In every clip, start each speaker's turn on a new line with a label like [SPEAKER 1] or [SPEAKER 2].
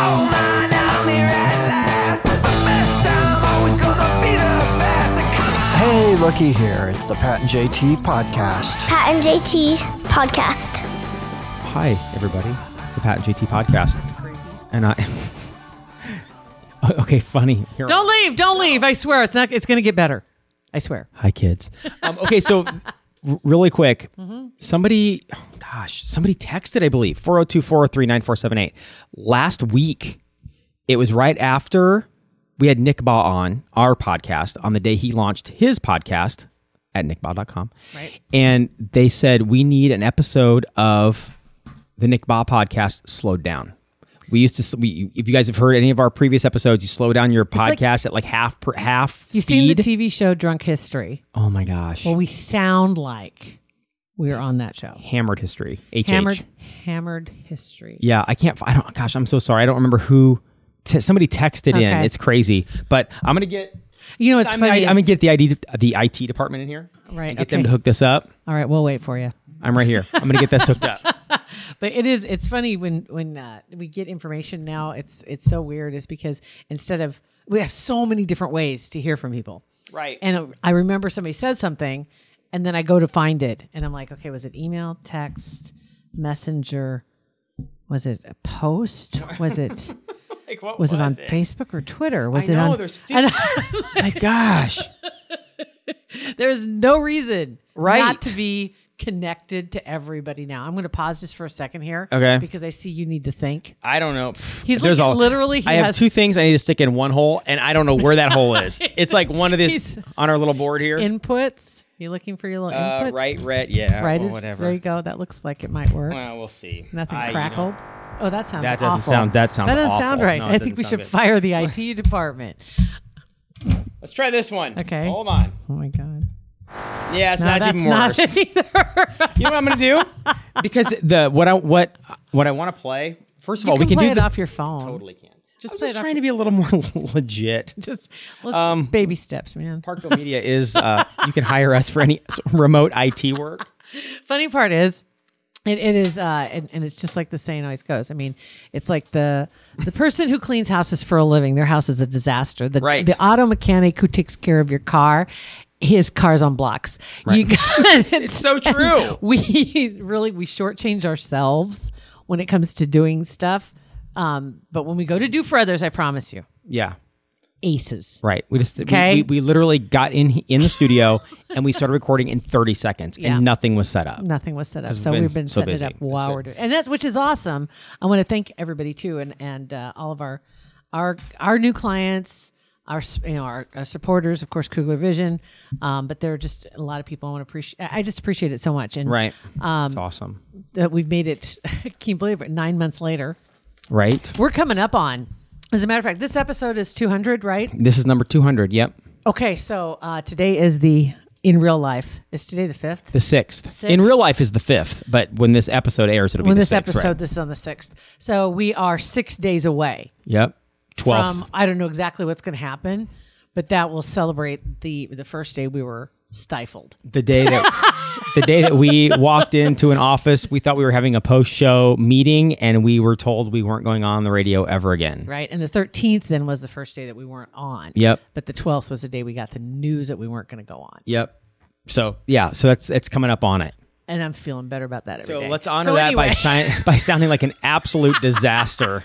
[SPEAKER 1] Oh man, I'm here at last. The best time, always gonna be the best. Come on.
[SPEAKER 2] Hey, looky here. It's the Pat and JT podcast.
[SPEAKER 3] Pat and JT podcast.
[SPEAKER 4] Hi, everybody. It's the Pat and JT podcast. That's creepy. And I. Oh, okay, funny. Here I-
[SPEAKER 5] Don't leave. Don't leave. I swear it's not it's going to get better. I swear.
[SPEAKER 4] Hi, kids. Um, okay, so r- really quick, somebody, gosh, somebody texted, I believe, 402 403 9478. Last week, it was right after we had Nick Ba on our podcast on the day he launched his podcast at nickba.com. Right. And they said, we need an episode of the Nick Ba podcast slowed down. We used to, s- we, if you guys have heard any of our previous episodes, you slow down your
[SPEAKER 5] like-
[SPEAKER 4] podcast at like half per half
[SPEAKER 5] You've
[SPEAKER 4] speed.
[SPEAKER 5] seen the TV show Drunk History.
[SPEAKER 4] Oh my gosh.
[SPEAKER 5] Well, we sound like we're on that show.
[SPEAKER 4] hammered history. HH.
[SPEAKER 5] Hammered hammered history.
[SPEAKER 4] Yeah, I can't. f- I don't. Gosh, I'm so sorry. I don't remember who. T- somebody texted in.
[SPEAKER 5] Okay.
[SPEAKER 4] It's crazy. But I'm gonna get.
[SPEAKER 5] You know it's
[SPEAKER 4] I'm,
[SPEAKER 5] funny.
[SPEAKER 4] I, am gonna
[SPEAKER 5] is-
[SPEAKER 4] get the ID, de- the IT department in here.
[SPEAKER 5] Right,
[SPEAKER 4] And get them
[SPEAKER 5] okay.
[SPEAKER 4] to hook this up.
[SPEAKER 5] All right, we'll wait for you.
[SPEAKER 4] I'm right here. I'm gonna get this hooked up.
[SPEAKER 5] But it is it's funny when when uh, we get information now it's it's so weird is because instead of we have so many different ways to hear from people.
[SPEAKER 4] Right. And
[SPEAKER 5] And I remember somebody said something, and then I go to find it, and I'm like, okay, was it email, text, messenger? Was it a post? Was it
[SPEAKER 4] like, what
[SPEAKER 5] was it on Facebook or Twitter? Was
[SPEAKER 4] I
[SPEAKER 5] it
[SPEAKER 4] know,
[SPEAKER 5] on?
[SPEAKER 4] there's
[SPEAKER 5] And-
[SPEAKER 4] my gosh.
[SPEAKER 5] there's no reason
[SPEAKER 4] Right.
[SPEAKER 5] not to be connected to everybody now. I'm going to pause just for a second here,
[SPEAKER 4] Okay.
[SPEAKER 5] Because I see you need to think.
[SPEAKER 4] I don't know. Pff,
[SPEAKER 5] He's
[SPEAKER 4] there's
[SPEAKER 5] like-
[SPEAKER 4] all-
[SPEAKER 5] literally, he
[SPEAKER 4] I have
[SPEAKER 5] has-
[SPEAKER 4] two things I need to stick in one hole, and I don't know where that hole is. It's like one of this
[SPEAKER 5] He's-
[SPEAKER 4] on our little board here.
[SPEAKER 5] Inputs. You looking for your little
[SPEAKER 4] uh,
[SPEAKER 5] inputs?
[SPEAKER 4] right, red, yeah,
[SPEAKER 5] right.
[SPEAKER 4] well,
[SPEAKER 5] is,
[SPEAKER 4] whatever.
[SPEAKER 5] There you go. That looks like it might work.
[SPEAKER 4] Well, we'll see.
[SPEAKER 5] Nothing
[SPEAKER 4] I, you know,
[SPEAKER 5] crackled. oh, that sounds.
[SPEAKER 4] That doesn't
[SPEAKER 5] awful.
[SPEAKER 4] sound- that sounds
[SPEAKER 5] That doesn't sound
[SPEAKER 4] awful.
[SPEAKER 5] right.
[SPEAKER 4] No, it
[SPEAKER 5] I
[SPEAKER 4] doesn't
[SPEAKER 5] think we
[SPEAKER 4] sound
[SPEAKER 5] should
[SPEAKER 4] good.
[SPEAKER 5] fire the IT department.
[SPEAKER 4] Let's try this one.
[SPEAKER 5] Okay.
[SPEAKER 4] Hold on.
[SPEAKER 5] Oh my god.
[SPEAKER 4] Yeah, it's
[SPEAKER 5] No,
[SPEAKER 4] not
[SPEAKER 5] that's
[SPEAKER 4] even
[SPEAKER 5] not
[SPEAKER 4] worse.
[SPEAKER 5] it either.
[SPEAKER 4] you know what I'm gonna do? Because the what I what what I want to play. First of all,
[SPEAKER 5] you
[SPEAKER 4] we can
[SPEAKER 5] play
[SPEAKER 4] do
[SPEAKER 5] it
[SPEAKER 4] the,
[SPEAKER 5] off your phone.
[SPEAKER 4] Totally can. Just,
[SPEAKER 5] play
[SPEAKER 4] just
[SPEAKER 5] it off
[SPEAKER 4] trying to be a little more legit.
[SPEAKER 5] Just let's
[SPEAKER 4] Um,
[SPEAKER 5] baby steps, man.
[SPEAKER 4] Parkville Media is. Uh, you can hire us for any s- remote IT work.
[SPEAKER 5] Funny part is. It, it is, uh, and, and it's just like the saying always goes. I mean, it's like the the person who cleans houses for a living, their house is a disaster. The,
[SPEAKER 4] Right.
[SPEAKER 5] the auto mechanic who takes care of your car, his car's on blocks. You got
[SPEAKER 4] It's so true.
[SPEAKER 5] we really we shortchange ourselves when it comes to doing stuff. Um, but when we go to do for others, I promise you,
[SPEAKER 4] yeah.
[SPEAKER 5] aces.
[SPEAKER 4] Right. We just we-
[SPEAKER 5] Okay.
[SPEAKER 4] we, we, literally got in in the studio and we started recording in 30 seconds
[SPEAKER 5] Yeah.
[SPEAKER 4] and nothing was set up.
[SPEAKER 5] Nothing was set up, so
[SPEAKER 4] been
[SPEAKER 5] we've been
[SPEAKER 4] so
[SPEAKER 5] setting
[SPEAKER 4] busy.
[SPEAKER 5] it up
[SPEAKER 4] That's
[SPEAKER 5] while
[SPEAKER 4] good.
[SPEAKER 5] we're doing, and that's which is awesome. I want to thank everybody too, and and uh, all of our our our new clients. Our, s- you know, our, our supporters, of course, Kugler Vision, um, but there are just a lot of people I want to appreciate. I I just appreciate it so much, and um,
[SPEAKER 4] Right. it's awesome.
[SPEAKER 5] that we've made it. I can't believe it. Nine months later,
[SPEAKER 4] Right.
[SPEAKER 5] we're coming up on. As a matter of fact, this episode is 200, right?
[SPEAKER 4] This is number 200. Yep.
[SPEAKER 5] Okay, so uh, today is the in real life. Is today the fifth?
[SPEAKER 4] The sixth.
[SPEAKER 5] Sixth.
[SPEAKER 4] In real life is the fifth, but when this episode airs, it'll
[SPEAKER 5] When
[SPEAKER 4] be the
[SPEAKER 5] this
[SPEAKER 4] sixth.
[SPEAKER 5] episode,
[SPEAKER 4] right?
[SPEAKER 5] this is on the sixth. So we are six days away
[SPEAKER 4] Yep. Twelfth.
[SPEAKER 5] from. I don't know exactly what's going to happen, but that will celebrate the the first day we were stifled.
[SPEAKER 4] the day that the day that we walked into an office, we thought we were having a post show meeting, and we were told we weren't going on the radio ever again.
[SPEAKER 5] Right, and the thirteenth then was the first day that we weren't on.
[SPEAKER 4] Yep.
[SPEAKER 5] But the twelfth was the day we got the news that we weren't going to go on,
[SPEAKER 4] Yep. So yeah, so that's it's coming up on it.
[SPEAKER 5] and I'm feeling better about that. every
[SPEAKER 4] So
[SPEAKER 5] day.
[SPEAKER 4] let's honor
[SPEAKER 5] So
[SPEAKER 4] that by
[SPEAKER 5] anyway.
[SPEAKER 4] si- by sounding like an absolute disaster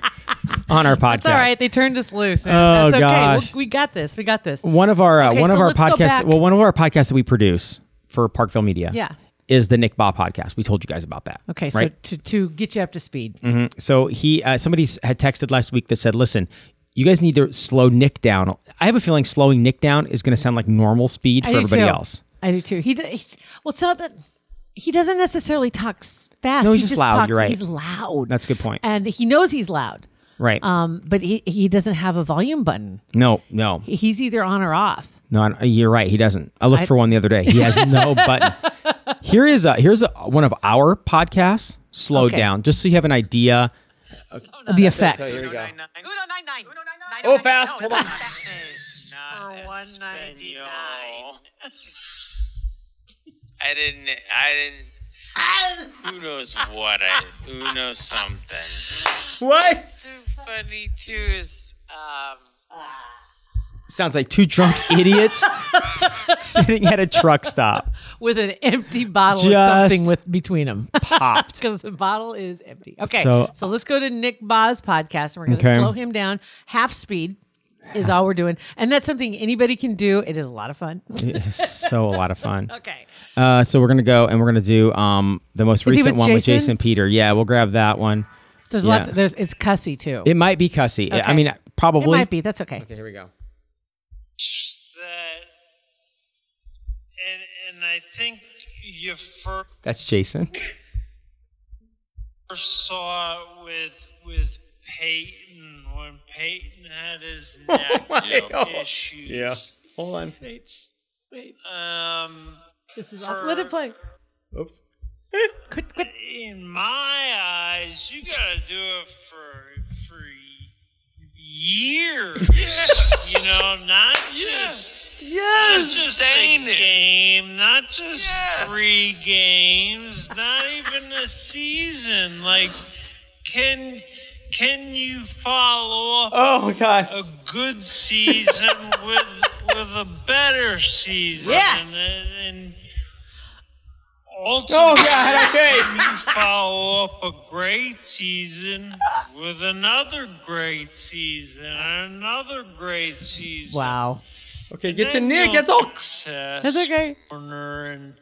[SPEAKER 4] on our podcast.
[SPEAKER 5] It's all right. They turned us loose. and
[SPEAKER 4] Oh,
[SPEAKER 5] That's okay.
[SPEAKER 4] gosh.
[SPEAKER 5] We'll- we got this. We got this.
[SPEAKER 4] One of our uh,
[SPEAKER 5] Okay,
[SPEAKER 4] one
[SPEAKER 5] so
[SPEAKER 4] of our
[SPEAKER 5] let's go
[SPEAKER 4] podcasts.
[SPEAKER 5] back.
[SPEAKER 4] Well, one of our podcasts that we produce for Parkville Media.
[SPEAKER 5] Yeah.
[SPEAKER 4] Is the Nick Bob podcast? We told you guys about that.
[SPEAKER 5] Okay, so
[SPEAKER 4] right?
[SPEAKER 5] to, to get you up to speed,
[SPEAKER 4] So he, uh, somebody s- had texted last week that said, "Listen, you guys need to slow Nick down." I have a feeling slowing Nick down is going to sound like normal speed for
[SPEAKER 5] I do
[SPEAKER 4] everybody
[SPEAKER 5] too.
[SPEAKER 4] else.
[SPEAKER 5] I do too. He d- he's, well, it's not that he doesn't necessarily talk s- fast.
[SPEAKER 4] No,
[SPEAKER 5] He
[SPEAKER 4] he's just loud. You're right.
[SPEAKER 5] He's loud.
[SPEAKER 4] That's a good point.
[SPEAKER 5] And he knows he's loud.
[SPEAKER 4] Right.
[SPEAKER 5] Um, but he, he doesn't have a volume button.
[SPEAKER 4] no, no,
[SPEAKER 5] He's either on or off.
[SPEAKER 4] no. I don't- You're right. He doesn't. I looked for one the other day. He has no button. Here is a, here's a, one of our podcasts slowed
[SPEAKER 5] Okay.
[SPEAKER 4] down, just so you have an idea. Oh,
[SPEAKER 5] the effect.
[SPEAKER 4] we go.
[SPEAKER 6] Oh, fast. Hold on.
[SPEAKER 7] I didn't. I didn't. Who knows what? I, who knows something?
[SPEAKER 4] What?
[SPEAKER 6] So funny too is um,
[SPEAKER 4] Sounds like two drunk idiots sitting at a truck stop.
[SPEAKER 5] With an empty bottle of
[SPEAKER 4] Just-
[SPEAKER 5] something with between them.
[SPEAKER 4] Popped.
[SPEAKER 5] Because the bottle is empty. Okay.
[SPEAKER 4] So-
[SPEAKER 5] So, let's go to Nick Ba's podcast and we're going to
[SPEAKER 4] Okay.
[SPEAKER 5] slow him down. Half speed is all we're doing. And that's something anybody can do. It is a lot of fun.
[SPEAKER 4] so a lot of fun.
[SPEAKER 5] Okay.
[SPEAKER 4] Uh, so we're gonna go and we're gonna do um the most
[SPEAKER 5] he
[SPEAKER 4] recent
[SPEAKER 5] with
[SPEAKER 4] one with
[SPEAKER 5] Jason?
[SPEAKER 4] Jason Peter. Yeah, we'll grab that one.
[SPEAKER 5] So there's
[SPEAKER 4] Yeah.
[SPEAKER 5] lots of, there's it's cussy too.
[SPEAKER 4] It might be Cussy. I- I
[SPEAKER 5] Okay.
[SPEAKER 4] mean, probably.
[SPEAKER 5] It might be. That's okay.
[SPEAKER 4] Okay, here we go.
[SPEAKER 7] That, and and I think you first
[SPEAKER 4] That's Jason.
[SPEAKER 7] saw it with with Peyton when Peyton had his neck issues. Yeah.
[SPEAKER 4] Hold on.
[SPEAKER 7] Um,
[SPEAKER 5] This is awesome. Let it play.
[SPEAKER 4] Oops.
[SPEAKER 5] Quit, quit.
[SPEAKER 7] in my eyes, you gotta do it for for years. You know, not just yes, not just a game, not just three games, not even a season. Like, can can you follow up
[SPEAKER 4] Oh my gosh.
[SPEAKER 7] a good season with with a better season?
[SPEAKER 5] Yes.
[SPEAKER 7] And, and ultimately,
[SPEAKER 4] Okay.
[SPEAKER 7] you follow up a great season with another great season and another great season.
[SPEAKER 5] Wow.
[SPEAKER 4] Okay,
[SPEAKER 7] Then
[SPEAKER 4] get to Nick.
[SPEAKER 7] you'll
[SPEAKER 4] That's all.
[SPEAKER 7] access
[SPEAKER 5] That's okay.
[SPEAKER 7] Corner and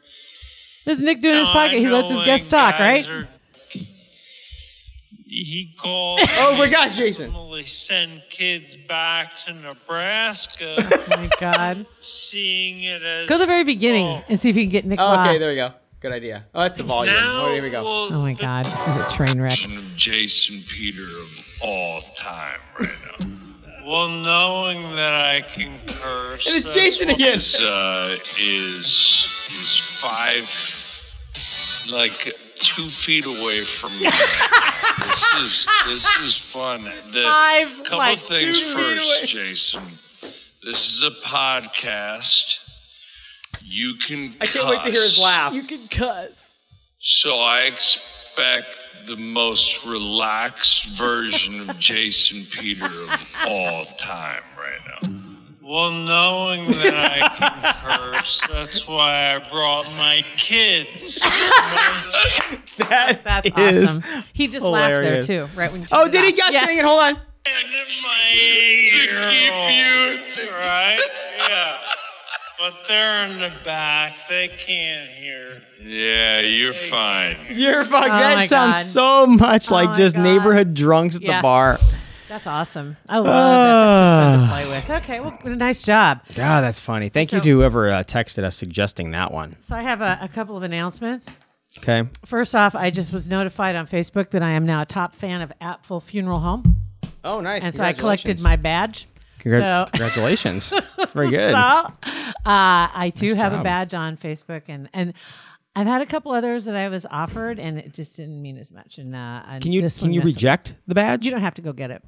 [SPEAKER 5] This is Nick doing his
[SPEAKER 7] Now,
[SPEAKER 5] pocket.
[SPEAKER 7] I
[SPEAKER 5] He lets
[SPEAKER 7] know
[SPEAKER 5] his guests
[SPEAKER 7] when
[SPEAKER 5] talk,
[SPEAKER 7] guys
[SPEAKER 5] right?
[SPEAKER 7] are- he called.
[SPEAKER 4] Oh my gosh, Jason.
[SPEAKER 7] Normally send kids back to Nebraska,
[SPEAKER 5] Oh my God.
[SPEAKER 7] seeing it as
[SPEAKER 5] Go to the very beginning
[SPEAKER 7] Oh.
[SPEAKER 5] and see if you can get Nick
[SPEAKER 4] Oh,
[SPEAKER 5] Ba.
[SPEAKER 4] okay, there we go. Good idea. Oh, that's the volume.
[SPEAKER 7] now.
[SPEAKER 4] Oh, here we go.
[SPEAKER 7] we'll-
[SPEAKER 5] Oh my God. This is a train wreck.
[SPEAKER 8] of Jason Peter of all time right now.
[SPEAKER 7] Well, knowing that I can curse,
[SPEAKER 4] It's
[SPEAKER 7] that's
[SPEAKER 4] Jason again.
[SPEAKER 8] This uh, is is five, like two feet away from me. this is this is fun. The,
[SPEAKER 5] Five,
[SPEAKER 8] couple
[SPEAKER 5] like,
[SPEAKER 8] things
[SPEAKER 5] two feet
[SPEAKER 8] first,
[SPEAKER 5] away.
[SPEAKER 8] Jason. This is a podcast. You can.
[SPEAKER 4] I can't wait to hear his laugh.
[SPEAKER 5] You can cuss.
[SPEAKER 8] So I expect the most relaxed version of Jason Peter of all time right now.
[SPEAKER 7] Well, knowing that I can curse, that's why I brought my kids.
[SPEAKER 5] That's
[SPEAKER 4] is
[SPEAKER 5] awesome. He just
[SPEAKER 4] hilarious.
[SPEAKER 5] laugh there too, right when you
[SPEAKER 4] Oh,
[SPEAKER 5] turned it
[SPEAKER 4] did he?
[SPEAKER 5] off.
[SPEAKER 4] Gosh
[SPEAKER 5] Yeah.
[SPEAKER 4] dang it! Hold on.
[SPEAKER 7] And my
[SPEAKER 8] To
[SPEAKER 7] eight-year-old,
[SPEAKER 8] keep you-
[SPEAKER 7] right? Yeah. But they're in the back; they can't hear.
[SPEAKER 8] Yeah, you're fine.
[SPEAKER 4] You're fuck.
[SPEAKER 5] Oh my
[SPEAKER 4] that sounds
[SPEAKER 5] God.
[SPEAKER 4] so much
[SPEAKER 5] Oh
[SPEAKER 4] like
[SPEAKER 5] my
[SPEAKER 4] just
[SPEAKER 5] God.
[SPEAKER 4] neighborhood drunks at the
[SPEAKER 5] Yeah.
[SPEAKER 4] bar.
[SPEAKER 5] That's awesome. I love it. That's just fun to play with. Okay, well, nice job.
[SPEAKER 4] God, that's funny. Thank you
[SPEAKER 5] So-
[SPEAKER 4] to whoever uh, texted us suggesting that one.
[SPEAKER 5] So I have a, a couple of announcements.
[SPEAKER 4] Okay.
[SPEAKER 5] First off, I just was notified on Facebook that I am now a top fan of Apfel Funeral Home,
[SPEAKER 4] Oh, nice.
[SPEAKER 5] and so I collected my badge.
[SPEAKER 4] Congra-
[SPEAKER 5] so
[SPEAKER 4] Congratulations. Very good.
[SPEAKER 5] well, uh, I too have
[SPEAKER 4] job.
[SPEAKER 5] a badge on Facebook, and and I've had a couple others that I was offered, and it just didn't mean as much. And, uh, and
[SPEAKER 4] Can you
[SPEAKER 5] this
[SPEAKER 4] can
[SPEAKER 5] one
[SPEAKER 4] you
[SPEAKER 5] meant so-
[SPEAKER 4] reject the badge?
[SPEAKER 5] You don't have to go get it.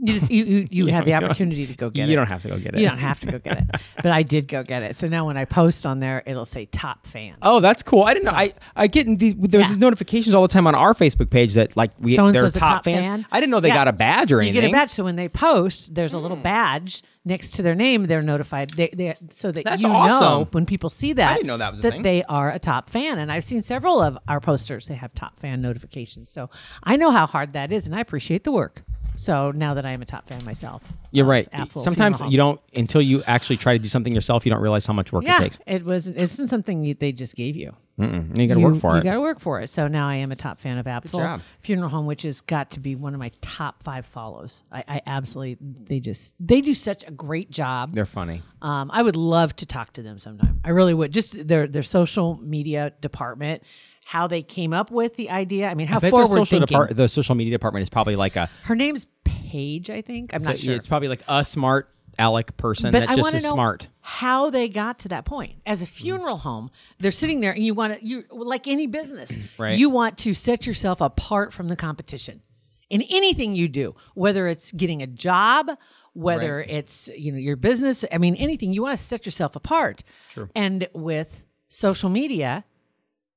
[SPEAKER 5] You just you you, you have the
[SPEAKER 4] don't-
[SPEAKER 5] opportunity to go get it.
[SPEAKER 4] You don't have to go get it.
[SPEAKER 5] You don't have to go get it. But I did go get it. So now when I post on there, it'll say top fan.
[SPEAKER 4] Oh, that's cool. I didn't know. I I get in these, there's these notifications all the time on our Facebook page that like we
[SPEAKER 5] So-and-so's
[SPEAKER 4] they're
[SPEAKER 5] a
[SPEAKER 4] top, fans. I didn't know they
[SPEAKER 5] Yeah.
[SPEAKER 4] got a badge or
[SPEAKER 5] You
[SPEAKER 4] anything. Hmm.
[SPEAKER 5] get a badge. So when they post, there's a little badge next to their name. They're notified. They, they so that
[SPEAKER 4] That's
[SPEAKER 5] you
[SPEAKER 4] awesome.
[SPEAKER 5] know when people see that.
[SPEAKER 4] I didn't know that was a thing.
[SPEAKER 5] they are a top fan, and I've seen several of our posters. They have top fan notifications. So I know how hard that is, and I appreciate the work. So now that I am a top fan myself,
[SPEAKER 4] You're
[SPEAKER 5] of
[SPEAKER 4] right.
[SPEAKER 5] Apple
[SPEAKER 4] Sometimes
[SPEAKER 5] Funeral
[SPEAKER 4] you
[SPEAKER 5] Home.
[SPEAKER 4] don't until you actually try to do something yourself. You don't realize how much work it
[SPEAKER 5] Yeah,
[SPEAKER 4] takes.
[SPEAKER 5] it was. It isn't something you- they just gave you.
[SPEAKER 4] Mm-mm. You got to work for
[SPEAKER 5] you
[SPEAKER 4] it.
[SPEAKER 5] got to work for it. So now I am a top fan of Apfel
[SPEAKER 4] job.
[SPEAKER 5] Funeral Home, which has got to be one of my top five follows. I, I absolutely, they just, they do such a great job.
[SPEAKER 4] They're funny.
[SPEAKER 5] Um, I would love to talk to them sometime. I really would. Just their their social media department, how they came up with the idea. I mean,
[SPEAKER 4] I
[SPEAKER 5] how
[SPEAKER 4] bet their
[SPEAKER 5] forward
[SPEAKER 4] social
[SPEAKER 5] thinking.
[SPEAKER 4] depart- the social media department is probably like a.
[SPEAKER 5] Her name's Paige, I think. I'm
[SPEAKER 4] so-
[SPEAKER 5] not sure.
[SPEAKER 4] It's probably like a smart Alec person that just
[SPEAKER 5] wanna
[SPEAKER 4] is smart.
[SPEAKER 5] How they got to that point as a funeral home, they're sitting there, and you want to you like any business,
[SPEAKER 4] Right.
[SPEAKER 5] you want to set yourself apart from the competition in anything you do, whether it's getting a job, whether it's you know your business. I mean, anything you want to set yourself apart. True. And with social media,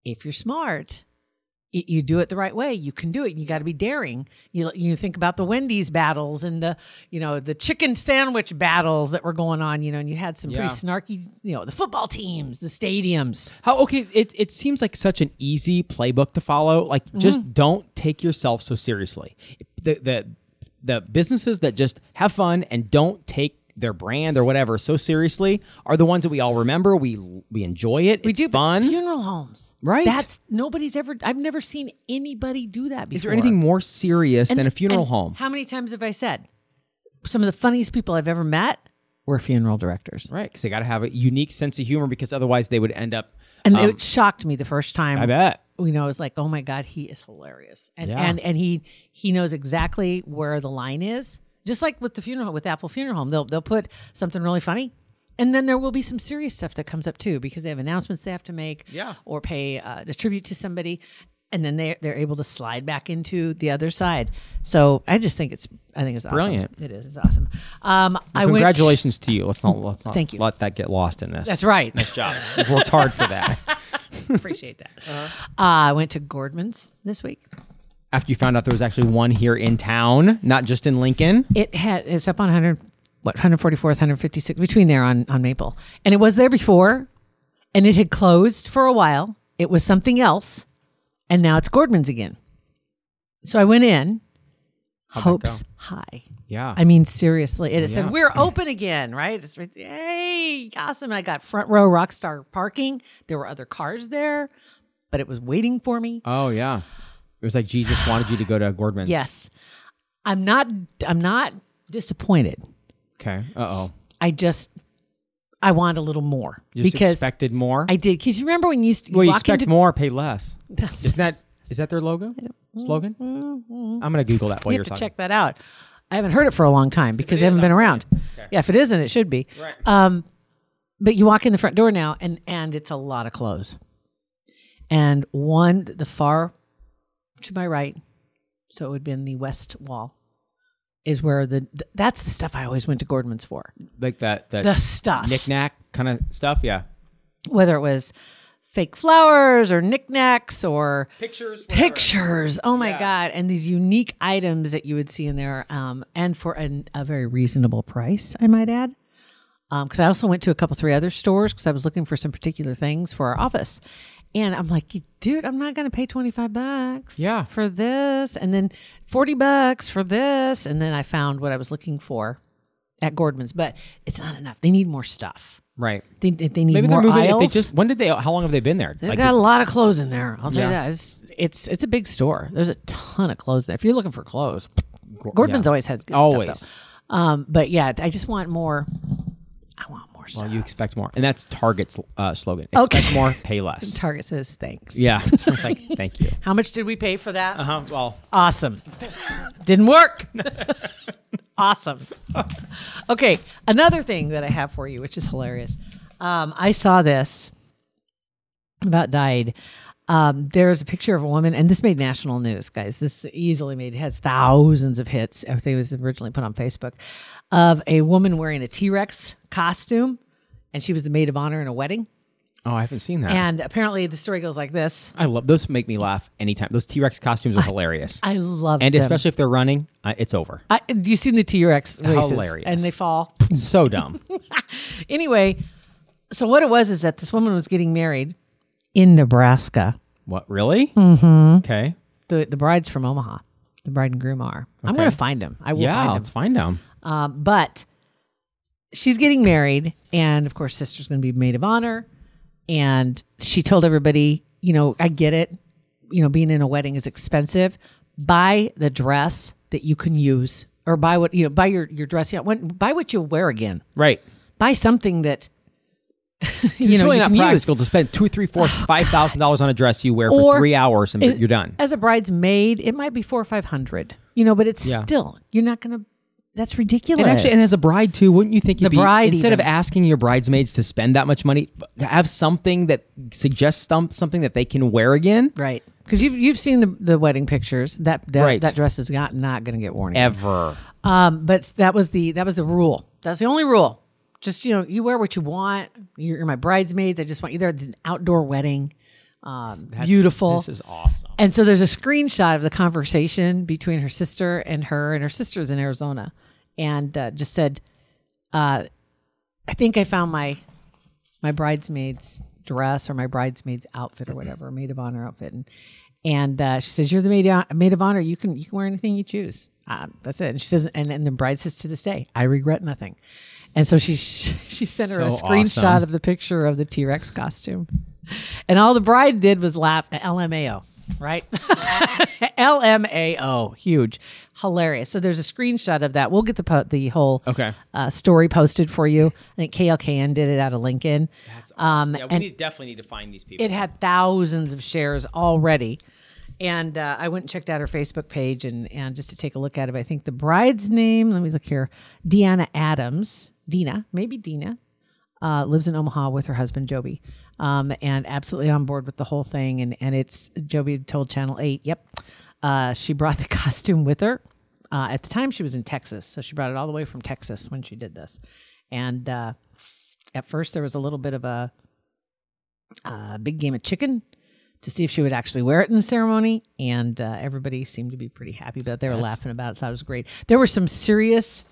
[SPEAKER 5] if you're smart, y- you do it the right way you can do it you got to be daring you you think about the wendy's battles and the you know the chicken sandwich battles that were going on you know and you had some pretty
[SPEAKER 4] Yeah.
[SPEAKER 5] snarky you know the football teams the stadiums
[SPEAKER 4] How okay? It it seems like such an easy playbook to follow. Like
[SPEAKER 5] Mm-hmm.
[SPEAKER 4] just don't take yourself so seriously. The the the businesses that just have fun and don't take their brand or whatever so seriously are the ones that we all remember. We we enjoy it.
[SPEAKER 5] we
[SPEAKER 4] it's
[SPEAKER 5] do but
[SPEAKER 4] fun.
[SPEAKER 5] funeral homes
[SPEAKER 4] Right.
[SPEAKER 5] that's nobody's ever i've never seen anybody do that before
[SPEAKER 4] Is there anything more serious
[SPEAKER 5] And-
[SPEAKER 4] than a funeral
[SPEAKER 5] and
[SPEAKER 4] home?
[SPEAKER 5] how many times have i said some of the funniest people i've ever met were funeral directors
[SPEAKER 4] Right, because they got to have a unique sense of humor because otherwise they would end up.
[SPEAKER 5] and it shocked me the first time
[SPEAKER 4] Um, I bet.
[SPEAKER 5] you know, it's like, oh my God, he is hilarious. And
[SPEAKER 4] Yeah.
[SPEAKER 5] and and he he knows exactly where the line is. Just like with the funeral with Apple Funeral Home. They'll they'll put something really funny. And then there will be some serious stuff that comes up too, because they have announcements they have to make yeah. or pay uh, a tribute to somebody. And then they they're able to slide back into the other side. So I just think it's I think it's,
[SPEAKER 4] brilliant.
[SPEAKER 5] Awesome. It is. It's awesome. Um, I went-
[SPEAKER 4] Congratulations to you. Let's not let's not
[SPEAKER 5] Thank you.
[SPEAKER 4] let that get lost in this.
[SPEAKER 5] That's right.
[SPEAKER 4] Nice job. You've worked hard for that.
[SPEAKER 5] Appreciate that. uh I went to Gordman's this week.
[SPEAKER 4] After you found out there was actually one here in town, not just in Lincoln.
[SPEAKER 5] It had it's up on 100 what 144th, 156th between there on on Maple. And it was there before and it had closed for a while. It was something else and now it's Gordman's again. So I went in hopes high.
[SPEAKER 4] Yeah.
[SPEAKER 5] I mean seriously. It
[SPEAKER 4] Yeah.
[SPEAKER 5] said we're open again, right? It's right- hey, awesome. And I got front row rockstar parking. There were other cars there, but it was waiting for me.
[SPEAKER 4] Oh yeah. It was like Jesus wanted you to go to Gordman's.
[SPEAKER 5] Yes. I'm not I'm not disappointed.
[SPEAKER 4] Okay. Uh oh.
[SPEAKER 5] I just I want a little more
[SPEAKER 4] You just
[SPEAKER 5] because
[SPEAKER 4] expected more.
[SPEAKER 5] I did. Because you remember when you used to
[SPEAKER 4] well, you
[SPEAKER 5] walk
[SPEAKER 4] expect
[SPEAKER 5] into
[SPEAKER 4] more, pay less.
[SPEAKER 5] That's-
[SPEAKER 4] Isn't that is that their logo slogan? I'm gonna Google that while
[SPEAKER 5] Mm-hmm. you
[SPEAKER 4] are
[SPEAKER 5] have to
[SPEAKER 4] talking.
[SPEAKER 5] check that out. I haven't heard it for a long time because they haven't been around. Yeah, if it isn't, it should be. Right. Um, but you walk in the front door now, and and it's a lot of clothes. And one, the far to my right, so it would have been the west wall, is where the th- that's the stuff I always went to Gordman's for.
[SPEAKER 4] Like that that
[SPEAKER 5] The stuff,
[SPEAKER 4] knickknack kind of stuff. Yeah.
[SPEAKER 5] whether it was fake flowers or knickknacks or pictures pictures oh my god and these unique items that you would see in there um, and for an, a very reasonable price i might add because i also went to a couple three other stores because i was looking for some particular things for our office and i'm like dude i'm not going to pay 25 bucks
[SPEAKER 4] Yeah.
[SPEAKER 5] for this and then 40 bucks for this and then i found what i was looking for at gordman's but it's not enough they need more stuff
[SPEAKER 4] Right.
[SPEAKER 5] they, they they need
[SPEAKER 4] Maybe
[SPEAKER 5] more
[SPEAKER 4] they're moving.
[SPEAKER 5] aisles.
[SPEAKER 4] If they just when did they? How long have they been there?
[SPEAKER 5] They've
[SPEAKER 4] Like,
[SPEAKER 5] got a lot of clothes in there. I'll tell you
[SPEAKER 4] Yeah.
[SPEAKER 5] that. It's, it's it's a big store. There's a ton of clothes there. If you're looking for clothes, Gordman's
[SPEAKER 4] yeah.
[SPEAKER 5] always had good
[SPEAKER 4] Always.
[SPEAKER 5] stuff. though. Um, but yeah, I just want more. I want more stuff.
[SPEAKER 4] well, oh, you expect more, and that's Target's uh, slogan. Expect
[SPEAKER 5] Okay.
[SPEAKER 4] more, pay less.
[SPEAKER 5] Target says thanks.
[SPEAKER 4] yeah. It's like thank you.
[SPEAKER 5] How much did we pay for that?
[SPEAKER 4] Uh huh. Well,
[SPEAKER 5] Awesome. Didn't work. awesome. Okay, another thing that I have for you, which is hilarious. Um, I saw this about died. Um, there's a picture of a woman, and this made national news, guys. This easily made has thousands of hits. I think it was originally put on Facebook of a woman wearing a T Rex costume, and she was the maid of honor in a wedding.
[SPEAKER 4] oh, I haven't seen that.
[SPEAKER 5] And apparently, the story goes like this.
[SPEAKER 4] I love those. Make me laugh anytime. Those T Rex costumes are hilarious.
[SPEAKER 5] I love
[SPEAKER 4] and
[SPEAKER 5] them.
[SPEAKER 4] especially if they're running, uh, it's over.
[SPEAKER 5] I, you've seen the T Rex races,
[SPEAKER 4] Hilarious.
[SPEAKER 5] and they fall.
[SPEAKER 4] So dumb.
[SPEAKER 5] anyway, so what it was is that this woman was getting married in Nebraska.
[SPEAKER 4] what really? Mm-hmm. Okay.
[SPEAKER 5] The the bride's from Omaha. The bride and groom are. I'm
[SPEAKER 4] Okay.
[SPEAKER 5] going to find them. I will
[SPEAKER 4] yeah,
[SPEAKER 5] find
[SPEAKER 4] let's
[SPEAKER 5] them.
[SPEAKER 4] find them.
[SPEAKER 5] Um, but she's getting married, and of course, sister's going to be maid of honor. And she told everybody you know, I get it. You know, being in a wedding is expensive. Buy the dress that you can use, or buy what you know, buy your your dress. Yeah, when, buy what you wear again.
[SPEAKER 4] Right.
[SPEAKER 5] Buy something that you
[SPEAKER 4] It's
[SPEAKER 5] know
[SPEAKER 4] really
[SPEAKER 5] you
[SPEAKER 4] not
[SPEAKER 5] can use.
[SPEAKER 4] practical to spend two, three, four, Oh, five thousand dollars on a dress you wear for
[SPEAKER 5] Or-
[SPEAKER 4] three hours and
[SPEAKER 5] It-
[SPEAKER 4] you're done.
[SPEAKER 5] As a bridesmaid, it might be four or five hundred. You know, but it's
[SPEAKER 4] Yeah.
[SPEAKER 5] still you're not gonna. That's ridiculous.
[SPEAKER 4] And actually, and as a bride too, wouldn't you think you'd be
[SPEAKER 5] The bride
[SPEAKER 4] instead of
[SPEAKER 5] even.
[SPEAKER 4] asking your bridesmaids to spend that much money, have something that suggests some- something that they can wear again?
[SPEAKER 5] right because you've you've seen the, the wedding pictures that that,
[SPEAKER 4] Right.
[SPEAKER 5] that dress is not not gonna get worn. again.
[SPEAKER 4] Ever.
[SPEAKER 5] Um, but that was the that was the rule. That's the only rule. Just you know, you wear what you want. You're, you're my bridesmaids. I just want you there. It's an outdoor wedding, um, beautiful.
[SPEAKER 4] This is awesome.
[SPEAKER 5] and so there's a screenshot of the conversation between her sister and her, and her sister is in Arizona, and uh, just said, uh, "I think I found my my bridesmaid's dress or my bridesmaid's outfit
[SPEAKER 4] Mm-hmm.
[SPEAKER 5] or whatever, maid of honor outfit." And, and uh, she says, "You're the maid of, maid of honor. You can you can wear anything you choose." Um, that's it. And she says, and, and the bride says to this day, "I regret nothing." And so she she sent her a
[SPEAKER 4] So
[SPEAKER 5] screenshot
[SPEAKER 4] awesome.
[SPEAKER 5] of the picture of the T Rex costume, and all the bride did was laugh at LMAO. Right, LMAO, huge, hilarious. So there's a screenshot of that. We'll get the po- the whole
[SPEAKER 4] Okay.
[SPEAKER 5] uh, story posted for you. I think KLKN did it out of Lincoln. Um, and
[SPEAKER 4] definitely need to find these people.
[SPEAKER 5] it had thousands of shares already. And uh, I went and checked out her Facebook page and, and just to take a look at it. I think the bride's name, let me look here, Deanna Adams, Dina, maybe Dina, uh, lives in Omaha with her husband, Joby, um, and absolutely on board with the whole thing. And, and it's Joby told Channel 8, yep, uh, she brought the costume with her. Uh, at the time, she was in Texas. So she brought it all the way from Texas when she did this. And uh, at first, there was a little bit of a a big game of chicken to see if she would actually wear it in the ceremony. And uh, everybody seemed to be pretty happy about it. They were laughing about it. Thought it was great. There were some serious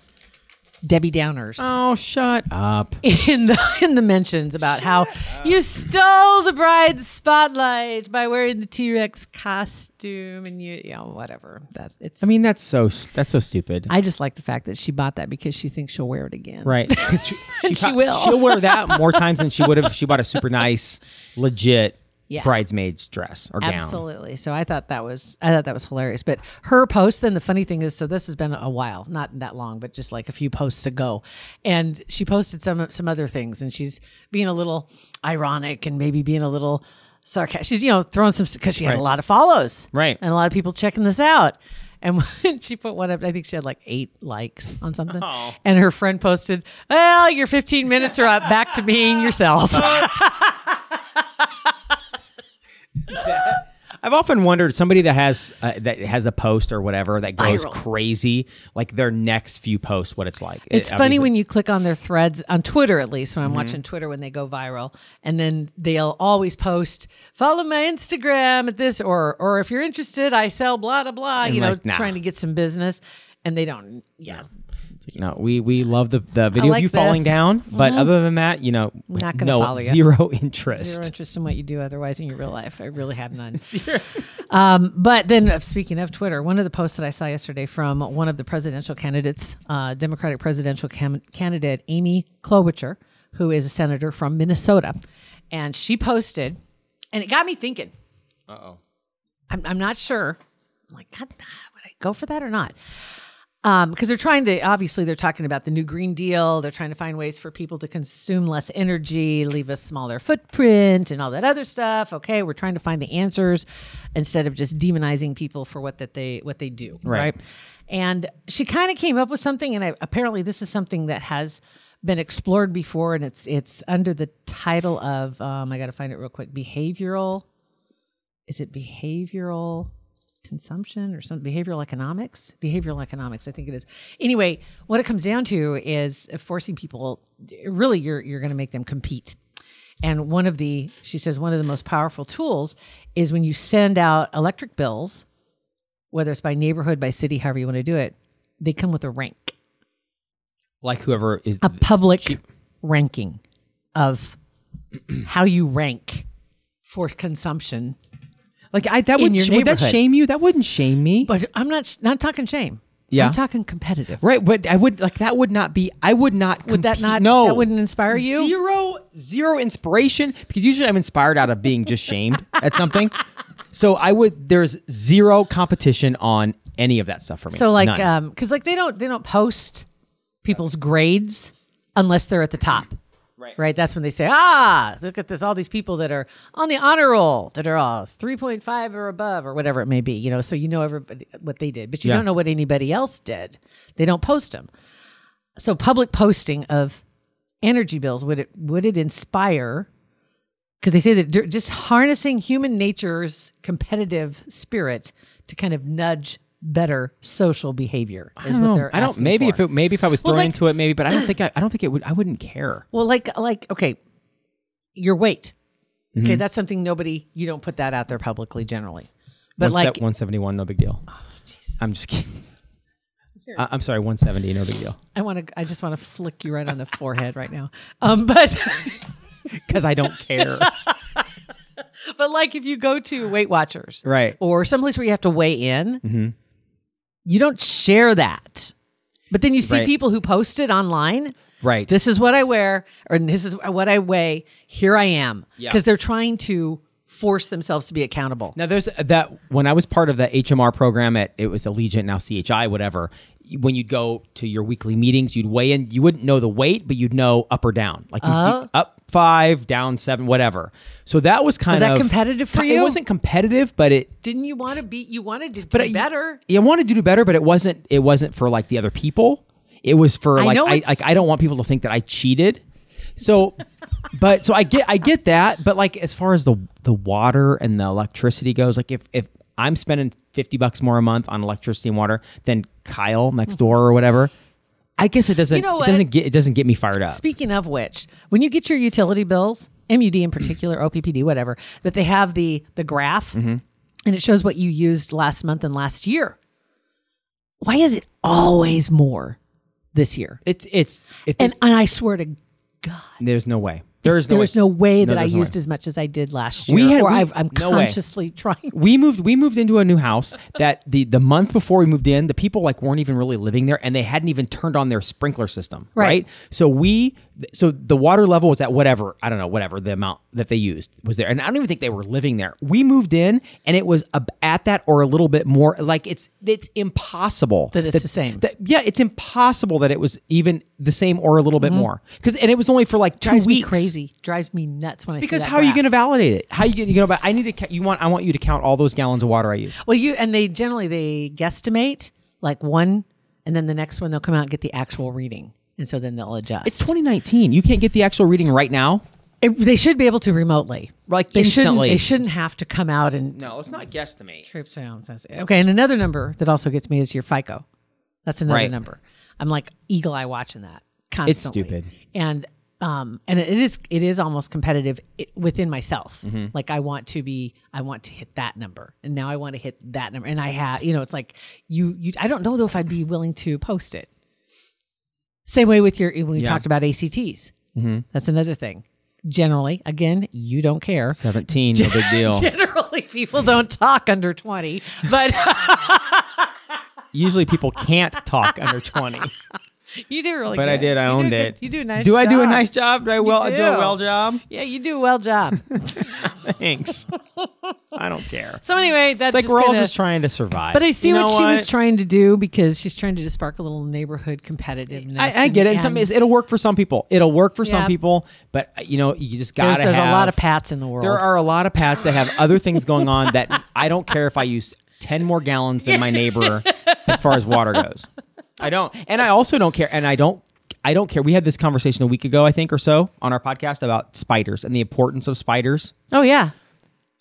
[SPEAKER 5] Debbie Downers
[SPEAKER 4] oh, shut up.
[SPEAKER 5] in the in the mentions about how you stole the bride's spotlight by wearing the T Rex costume and you you know whatever. That it's.
[SPEAKER 4] I mean, that's so that's so stupid.
[SPEAKER 5] I just like the fact that she bought that because she thinks she'll wear it again.
[SPEAKER 4] right. 'Cause She,
[SPEAKER 5] And she will.
[SPEAKER 4] She'll wear that more times than she would have if she bought a super nice, legit
[SPEAKER 5] Yeah.
[SPEAKER 4] bridesmaid's dress or gown.
[SPEAKER 5] Absolutely. So I thought that was I thought that was hilarious. But her post, then the funny thing is, so this has been a while, not that long, but just like a few posts ago, and she posted some some other things, and she's being a little ironic and maybe being a little sarcastic. She's you know throwing some because she had a lot of follows,
[SPEAKER 4] Right.
[SPEAKER 5] and a lot of people checking this out. And when she put one up, I think she had like eight likes on something. And her friend posted, Well, your 15 minutes are up. Back to being yourself.
[SPEAKER 4] I've often wondered somebody that has uh, that has a post or whatever that goes
[SPEAKER 5] Viral.
[SPEAKER 4] crazy, like their next few posts, what it's like.
[SPEAKER 5] It's funny when you click on their threads on Twitter, at least
[SPEAKER 4] Mm-hmm.
[SPEAKER 5] when I'm watching Twitter when they go viral, and then they'll always post, "Follow my Instagram at this," or "or if you're interested, I sell blah blah blah." you know,
[SPEAKER 4] like, nah.
[SPEAKER 5] trying to get some business, and they don't. Yeah,
[SPEAKER 4] you know we we love the the video of
[SPEAKER 5] like
[SPEAKER 4] you falling
[SPEAKER 5] this. Mm-hmm.
[SPEAKER 4] down, but other than that, you know,
[SPEAKER 5] Not gonna
[SPEAKER 4] no
[SPEAKER 5] follow you.
[SPEAKER 4] zero interest.
[SPEAKER 5] zero interest in what you do otherwise in your real life. I really have none. um, but then, uh, speaking of Twitter, one of the posts that I saw yesterday from one of the presidential candidates, uh, Democratic presidential cam- candidate Amy Klobuchar, who is a senator from Minnesota, and she posted, and it got me thinking. Uh oh. I'm, I'm not sure. I'm like, God, would I go for that or not? Um, because they're trying to obviously they're talking about the new green deal they're trying to find ways for people to consume less energy leave a smaller footprint and all that other stuff okay we're trying to find the answers instead of just demonizing people for what that they what they do
[SPEAKER 4] Right.
[SPEAKER 5] right, and she kind of came up with something and I, apparently this is something that has been explored before and it's it's under the title of um, i gotta find it real quick behavioral is it behavioral consumption or some behavioral economics behavioral economics i think it is anyway what it comes down to is forcing people really you're you're going to make them compete and one of the she says one of the most powerful tools is when you send out electric bills whether it's by neighborhood by city however you want to do it they come with a rank
[SPEAKER 4] like whoever is
[SPEAKER 5] a public ranking of how you rank for consumption
[SPEAKER 4] like I that
[SPEAKER 5] in
[SPEAKER 4] would
[SPEAKER 5] your
[SPEAKER 4] would that
[SPEAKER 5] neighborhood.
[SPEAKER 4] shame you? That wouldn't shame me.
[SPEAKER 5] But I'm not not talking shame.
[SPEAKER 4] Yeah.
[SPEAKER 5] I'm talking competitive.
[SPEAKER 4] Right, but I would like that would not be I would not
[SPEAKER 5] Would that
[SPEAKER 4] compete-
[SPEAKER 5] not-
[SPEAKER 4] no
[SPEAKER 5] that wouldn't inspire you?
[SPEAKER 4] Zero zero inspiration because usually I'm inspired out of being just shamed at something. So I would there's zero competition on any of that stuff for me.
[SPEAKER 5] So like,
[SPEAKER 4] None.
[SPEAKER 5] um, because like they don't they don't post people's grades unless they're at the top. Right. Right. That's when they say, ah, look at this, all these people that are on the honor roll that are all 3.5 or above or whatever it may be, you know, so you know everybody what they did, but you
[SPEAKER 4] Yeah.
[SPEAKER 5] don't know what anybody else did. They don't post them. So public posting of energy bills, would it, would it inspire because they say that they're just harnessing human nature's competitive spirit to kind of nudge better social behavior is
[SPEAKER 4] I don't
[SPEAKER 5] what
[SPEAKER 4] know.
[SPEAKER 5] they're
[SPEAKER 4] I don't
[SPEAKER 5] asking
[SPEAKER 4] maybe
[SPEAKER 5] for.
[SPEAKER 4] if it maybe if I was
[SPEAKER 5] Well,
[SPEAKER 4] thrown
[SPEAKER 5] like-
[SPEAKER 4] into it maybe but I don't think I, I don't think it would I wouldn't care.
[SPEAKER 5] well like like okay your weight okay
[SPEAKER 4] Mm-hmm.
[SPEAKER 5] that's something nobody you don't put that out there publicly generally but like Oh,
[SPEAKER 4] 171 no big deal. I'm just kidding. I, I'm sorry 170 no big deal.
[SPEAKER 5] i want to i just want to flick you right on the forehead right now um but
[SPEAKER 4] Cuz I don't care.
[SPEAKER 5] but like if you go to weight watchers
[SPEAKER 4] right.
[SPEAKER 5] or someplace where you have to weigh in,
[SPEAKER 4] Mm-hmm.
[SPEAKER 5] you don't share that. But then you see
[SPEAKER 4] Right.
[SPEAKER 5] people who post it online.
[SPEAKER 4] Right.
[SPEAKER 5] This is what I wear, or this is what I weigh. Here I am,
[SPEAKER 4] Yeah.
[SPEAKER 5] because they're trying to force themselves to be accountable.
[SPEAKER 4] Now there's that when I was part of the HMR program at it was Allegiant now CHI whatever. When you'd go to your weekly meetings, you'd weigh in. You wouldn't know the weight, but you'd know up or down, like you'd do up five, down seven, whatever. So that was kind
[SPEAKER 5] Oh. Was that
[SPEAKER 4] of
[SPEAKER 5] competitive for
[SPEAKER 4] It
[SPEAKER 5] you?
[SPEAKER 4] wasn't competitive, but it.
[SPEAKER 5] Didn't you want to be? You wanted to
[SPEAKER 4] But
[SPEAKER 5] be
[SPEAKER 4] I-
[SPEAKER 5] better.
[SPEAKER 4] I wanted to do better, but it wasn't. It wasn't for like the other people. It was for
[SPEAKER 5] I
[SPEAKER 4] like
[SPEAKER 5] know
[SPEAKER 4] I
[SPEAKER 5] it's-
[SPEAKER 4] like I don't want people to think that I cheated. So, but so I get I get that, but like as far as the the water and the electricity goes, like if if I'm spending fifty bucks more a month on electricity and water than Kyle next door or whatever, I guess it doesn't
[SPEAKER 5] Mm-hmm. You know
[SPEAKER 4] it
[SPEAKER 5] what?
[SPEAKER 4] doesn't get it doesn't get me fired up.
[SPEAKER 5] Speaking of which, when you get your utility bills, MUD in particular, OPPD, whatever, that they have the the graph
[SPEAKER 4] Mm-hmm.
[SPEAKER 5] and it shows what you used last month and last year. Why is it always more this year?
[SPEAKER 4] It's it's if
[SPEAKER 5] And and I swear to
[SPEAKER 4] there's no way there's no
[SPEAKER 5] there's no way that I
[SPEAKER 4] there's no
[SPEAKER 5] used as much as I did last year.
[SPEAKER 4] We had-
[SPEAKER 5] or
[SPEAKER 4] we-
[SPEAKER 5] I've, I'm
[SPEAKER 4] no way.
[SPEAKER 5] consciously trying. To,
[SPEAKER 4] we moved we moved into a new house that the the month before we moved in the people like weren't even really living there and they hadn't even turned on their sprinkler system right,
[SPEAKER 5] Right.
[SPEAKER 4] so we so the water level was at whatever i don't know whatever the amount that they used was there and i don't even think they were living there we moved in and it was ab- at that or a little bit more like it's it's impossible
[SPEAKER 5] That it's the same.
[SPEAKER 4] that- yeah it's impossible that it was even the same or a little bit more because and it was only for like two
[SPEAKER 5] Mm-hmm. drives me
[SPEAKER 4] weeks
[SPEAKER 5] crazy. Drives me nuts when I
[SPEAKER 4] because
[SPEAKER 5] see that
[SPEAKER 4] how are you
[SPEAKER 5] graph.
[SPEAKER 4] going to validate it? How you going to? I need to. ca- You want? I want you to count all those gallons of water I use.
[SPEAKER 5] Well, you and they generally they guesstimate like one, and then the next one they'll come out and get the actual reading, and so then they'll adjust.
[SPEAKER 4] It's 2019. You can't get the actual reading right now.
[SPEAKER 5] It- they should be able to remotely,
[SPEAKER 4] Like
[SPEAKER 5] they Shouldn't,
[SPEAKER 4] instantly.
[SPEAKER 5] they shouldn't have to come out and
[SPEAKER 4] No, it's not guesstimate.
[SPEAKER 5] Troops down. That's it. Okay, and another number that also gets me is your FICO. That's another
[SPEAKER 4] Right.
[SPEAKER 5] number. I'm like eagle eye watching that constantly.
[SPEAKER 4] stupid.
[SPEAKER 5] And um and it is it is almost competitive i- within myself.
[SPEAKER 4] Mm-hmm.
[SPEAKER 5] Like I want to be I want to hit that number, and now I want to hit that number, and I have you know it's like you you I don't know though if I'd be willing to post it. Same way with your when we talked about ACTs.
[SPEAKER 4] Mm-hmm.
[SPEAKER 5] That's another thing. Generally, again, you don't care
[SPEAKER 4] 17. No big deal.
[SPEAKER 5] generally people don't talk under 20 but uh,
[SPEAKER 4] Usually people can't talk under 20,
[SPEAKER 5] you do really
[SPEAKER 4] but I
[SPEAKER 5] good.
[SPEAKER 4] did. I
[SPEAKER 5] You do
[SPEAKER 4] owned
[SPEAKER 5] good-
[SPEAKER 4] it.
[SPEAKER 5] you do a nice
[SPEAKER 4] Do I do a
[SPEAKER 5] job.
[SPEAKER 4] nice job? Do I well? Do. a
[SPEAKER 5] do.
[SPEAKER 4] well job?
[SPEAKER 5] yeah you do a well job
[SPEAKER 4] Thanks. I don't care. It's
[SPEAKER 5] so anyway that's
[SPEAKER 4] like
[SPEAKER 5] just
[SPEAKER 4] we're all
[SPEAKER 5] kinda-
[SPEAKER 4] just trying to survive.
[SPEAKER 5] but I see
[SPEAKER 4] You
[SPEAKER 5] what,
[SPEAKER 4] know
[SPEAKER 5] she was trying to do because she's trying to just spark a little neighborhood competitiveness.
[SPEAKER 4] I, I get it. And some,
[SPEAKER 5] there's,
[SPEAKER 4] it'll work for some people. It'll work for some
[SPEAKER 5] Yeah.
[SPEAKER 4] people, but uh, you know, you just gotta.
[SPEAKER 5] there's a lot
[SPEAKER 4] have-
[SPEAKER 5] of pats in the world.
[SPEAKER 4] There are a lot of pats that have other things going on that I don't care if I use 10 more gallons than my neighbor as far as water goes. I don't. And I also don't care. And I don't. I don't care. We had this conversation a week ago, I think, or so, on our podcast about spiders and the importance of spiders.
[SPEAKER 5] oh yeah,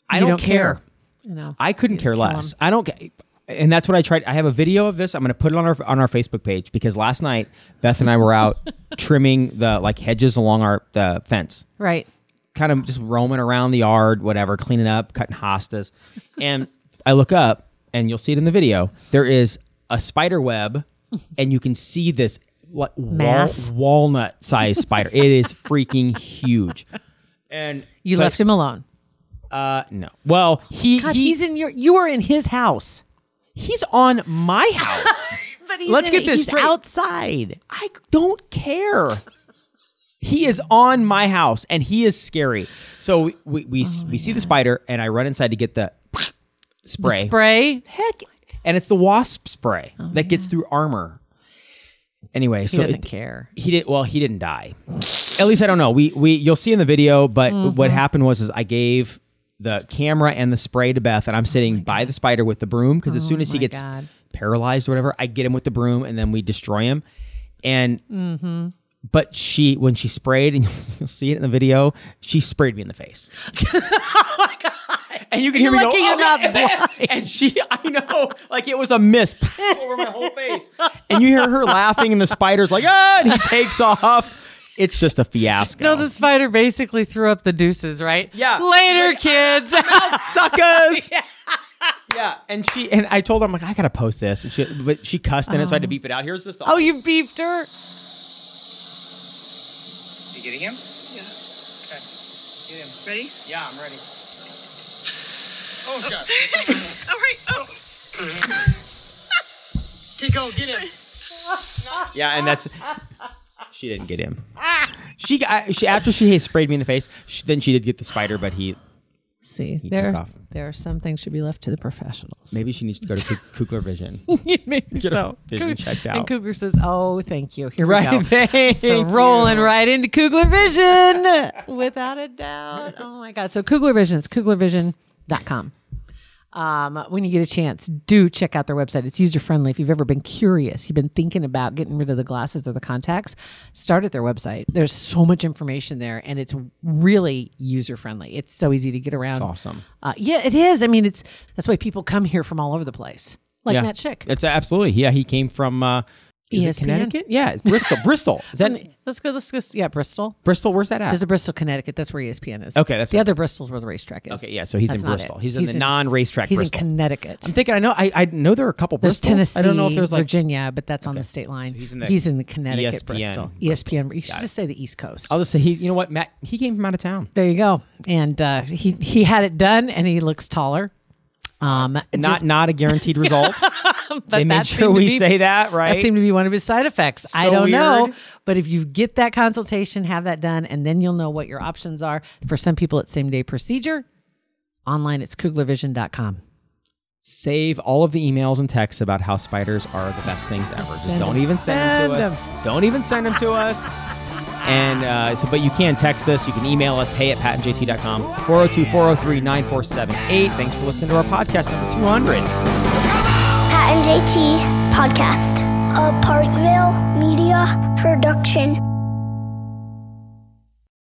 [SPEAKER 4] I
[SPEAKER 5] You
[SPEAKER 4] don't,
[SPEAKER 5] don't care.
[SPEAKER 4] care.
[SPEAKER 5] you know.
[SPEAKER 4] I couldn't
[SPEAKER 5] Just
[SPEAKER 4] care
[SPEAKER 5] kill 'em.
[SPEAKER 4] less. I don't. ca- And that's what I tried. I have a video of this. I'm going to put it on our on our Facebook page because last night Beth and I were out trimming the like hedges along our the fence
[SPEAKER 5] right.
[SPEAKER 4] kind of just roaming around the yard, whatever, cleaning up, cutting hostas. And I look up, and you'll see it in the video. There is a spider web, and you can see this what
[SPEAKER 5] Mass.
[SPEAKER 4] walnut sized spider. It is freaking huge. And
[SPEAKER 5] You
[SPEAKER 4] so-
[SPEAKER 5] left him alone.
[SPEAKER 4] Uh, no. Well, he,
[SPEAKER 5] God,
[SPEAKER 4] he
[SPEAKER 5] he's in your. You were in his house.
[SPEAKER 4] he's on my house.
[SPEAKER 5] but he's
[SPEAKER 4] Let's
[SPEAKER 5] in-
[SPEAKER 4] get this
[SPEAKER 5] he's
[SPEAKER 4] straight.
[SPEAKER 5] outside.
[SPEAKER 4] I don't care. He is on my house and he is scary. So we we,
[SPEAKER 5] Oh
[SPEAKER 4] we, s- we see the spider and I run inside to get the spray.
[SPEAKER 5] Spray.
[SPEAKER 4] Heck. And it's the wasp spray that gets through armor. Anyway,
[SPEAKER 5] Oh, He
[SPEAKER 4] so
[SPEAKER 5] doesn't
[SPEAKER 4] it-
[SPEAKER 5] care.
[SPEAKER 4] he did well he didn't die at least i don't know we we you'll see in the video but
[SPEAKER 5] Mm-hmm.
[SPEAKER 4] what happened was is i gave the camera and the spray to beth and
[SPEAKER 5] Oh
[SPEAKER 4] i'm sitting by the spider with the broom because as soon as he
[SPEAKER 5] my
[SPEAKER 4] gets
[SPEAKER 5] God.
[SPEAKER 4] paralyzed or whatever i get him with the broom and then we destroy him and but she when she sprayed and you'll see it in the video she sprayed me in the face and you can hear me
[SPEAKER 5] lucky
[SPEAKER 4] go,
[SPEAKER 5] you're
[SPEAKER 4] "Okay."
[SPEAKER 5] not
[SPEAKER 4] and, she, I know, like it was a miss over my whole face. And you hear her laughing, and the spider's like, ah, and he takes off. It's just a fiasco.
[SPEAKER 5] No, the spider basically threw up the deuces, right?
[SPEAKER 4] Yeah.
[SPEAKER 5] Later, kids.
[SPEAKER 4] suckers. yeah. and she and I told her I'm like I gotta post this, and she, but she cussed in it, so I had to beep it out. Here's just the
[SPEAKER 5] oh, you beefed her.
[SPEAKER 1] You getting him?
[SPEAKER 6] Ready?
[SPEAKER 4] yeah, I'm ready.
[SPEAKER 6] All right. Oh.
[SPEAKER 4] Yeah, and that's she didn't get him. She got she after she sprayed me in the face. She, then she did get the spider, but he
[SPEAKER 5] See,
[SPEAKER 4] took
[SPEAKER 5] there,
[SPEAKER 4] off.
[SPEAKER 5] there are some things should be left to the professionals.
[SPEAKER 4] maybe she needs to go to Kug- Kugler Vision.
[SPEAKER 5] Maybe
[SPEAKER 4] her
[SPEAKER 5] so.
[SPEAKER 4] vision
[SPEAKER 5] Coug-
[SPEAKER 4] checked
[SPEAKER 5] And
[SPEAKER 4] out.
[SPEAKER 5] Cougar says, "Oh, thank you. Here we go."
[SPEAKER 4] Right, thank
[SPEAKER 5] So rolling right into Kugler Vision without a doubt. Oh my God. So Kugler Vision, it's kuglervision.com. Um, when you get a chance, do check out their website. It's user friendly. If you've ever been curious, you've been thinking about getting rid of the glasses or the contacts, start at their website. There's so much information there and it's really user friendly. It's so easy to get around.
[SPEAKER 4] Awesome.
[SPEAKER 5] Uh, yeah, it is. I mean, it's that's why people come here from all over the place, like
[SPEAKER 4] yeah.
[SPEAKER 5] that chick. E
[SPEAKER 4] It's uh, absolutely. Yeah, he came from uh is it
[SPEAKER 5] ESPN.
[SPEAKER 4] Connecticut? Yeah, it's Bristol. Bristol. Is that
[SPEAKER 5] Let's go. Let's go. Yeah, Bristol.
[SPEAKER 4] Bristol? Where's that
[SPEAKER 5] There's
[SPEAKER 4] at?
[SPEAKER 5] a Bristol, Connecticut. That's where E ESPN is.
[SPEAKER 4] Okay, that's
[SPEAKER 5] the
[SPEAKER 4] right.
[SPEAKER 5] other Bristol's where the racetrack is.
[SPEAKER 4] Okay, yeah, so he's
[SPEAKER 5] That's
[SPEAKER 4] in
[SPEAKER 5] not
[SPEAKER 4] Bristol.
[SPEAKER 5] it.
[SPEAKER 4] He's in the non-racetrack
[SPEAKER 5] He's
[SPEAKER 4] Bristol.
[SPEAKER 5] in Connecticut.
[SPEAKER 4] I'm thinking I know I, I know there are a couple
[SPEAKER 5] There's
[SPEAKER 4] Bristols.
[SPEAKER 5] Tennessee.
[SPEAKER 4] I don't know if there's like
[SPEAKER 5] Virginia, but that's on the state line.
[SPEAKER 4] he's in the E
[SPEAKER 5] the Connecticut
[SPEAKER 4] ESPN
[SPEAKER 5] Bristol. E
[SPEAKER 4] Bristol.
[SPEAKER 5] ESPN. You should just say the East Coast.
[SPEAKER 4] I'll just say he you know what, Matt he came from out of town.
[SPEAKER 5] there you go. And uh, he he had it done, and he looks taller. Um,
[SPEAKER 4] Not not a guaranteed result. they made
[SPEAKER 5] that
[SPEAKER 4] sure
[SPEAKER 5] seemed to
[SPEAKER 4] we
[SPEAKER 5] be-
[SPEAKER 4] say that, right?
[SPEAKER 5] That seemed to be one of his side effects. I
[SPEAKER 4] So
[SPEAKER 5] don't know.
[SPEAKER 4] weird.
[SPEAKER 5] But if you get that consultation, have that done, and then you'll know what your options are. For some people, it's same day procedure. Online, it's kuglervision.com.
[SPEAKER 4] Save all of the emails and texts about how spiders are the best things ever. Just
[SPEAKER 5] Send
[SPEAKER 4] don't
[SPEAKER 5] them.
[SPEAKER 4] even send, them to
[SPEAKER 5] Send
[SPEAKER 4] us. Don't even send them to us. And uh, so, but you can text us. You can email us, hey at patentjt.com, 402 403 9478. Thanks for listening to our podcast number 200.
[SPEAKER 3] Pat and JT Podcast. A Parkville Media Production.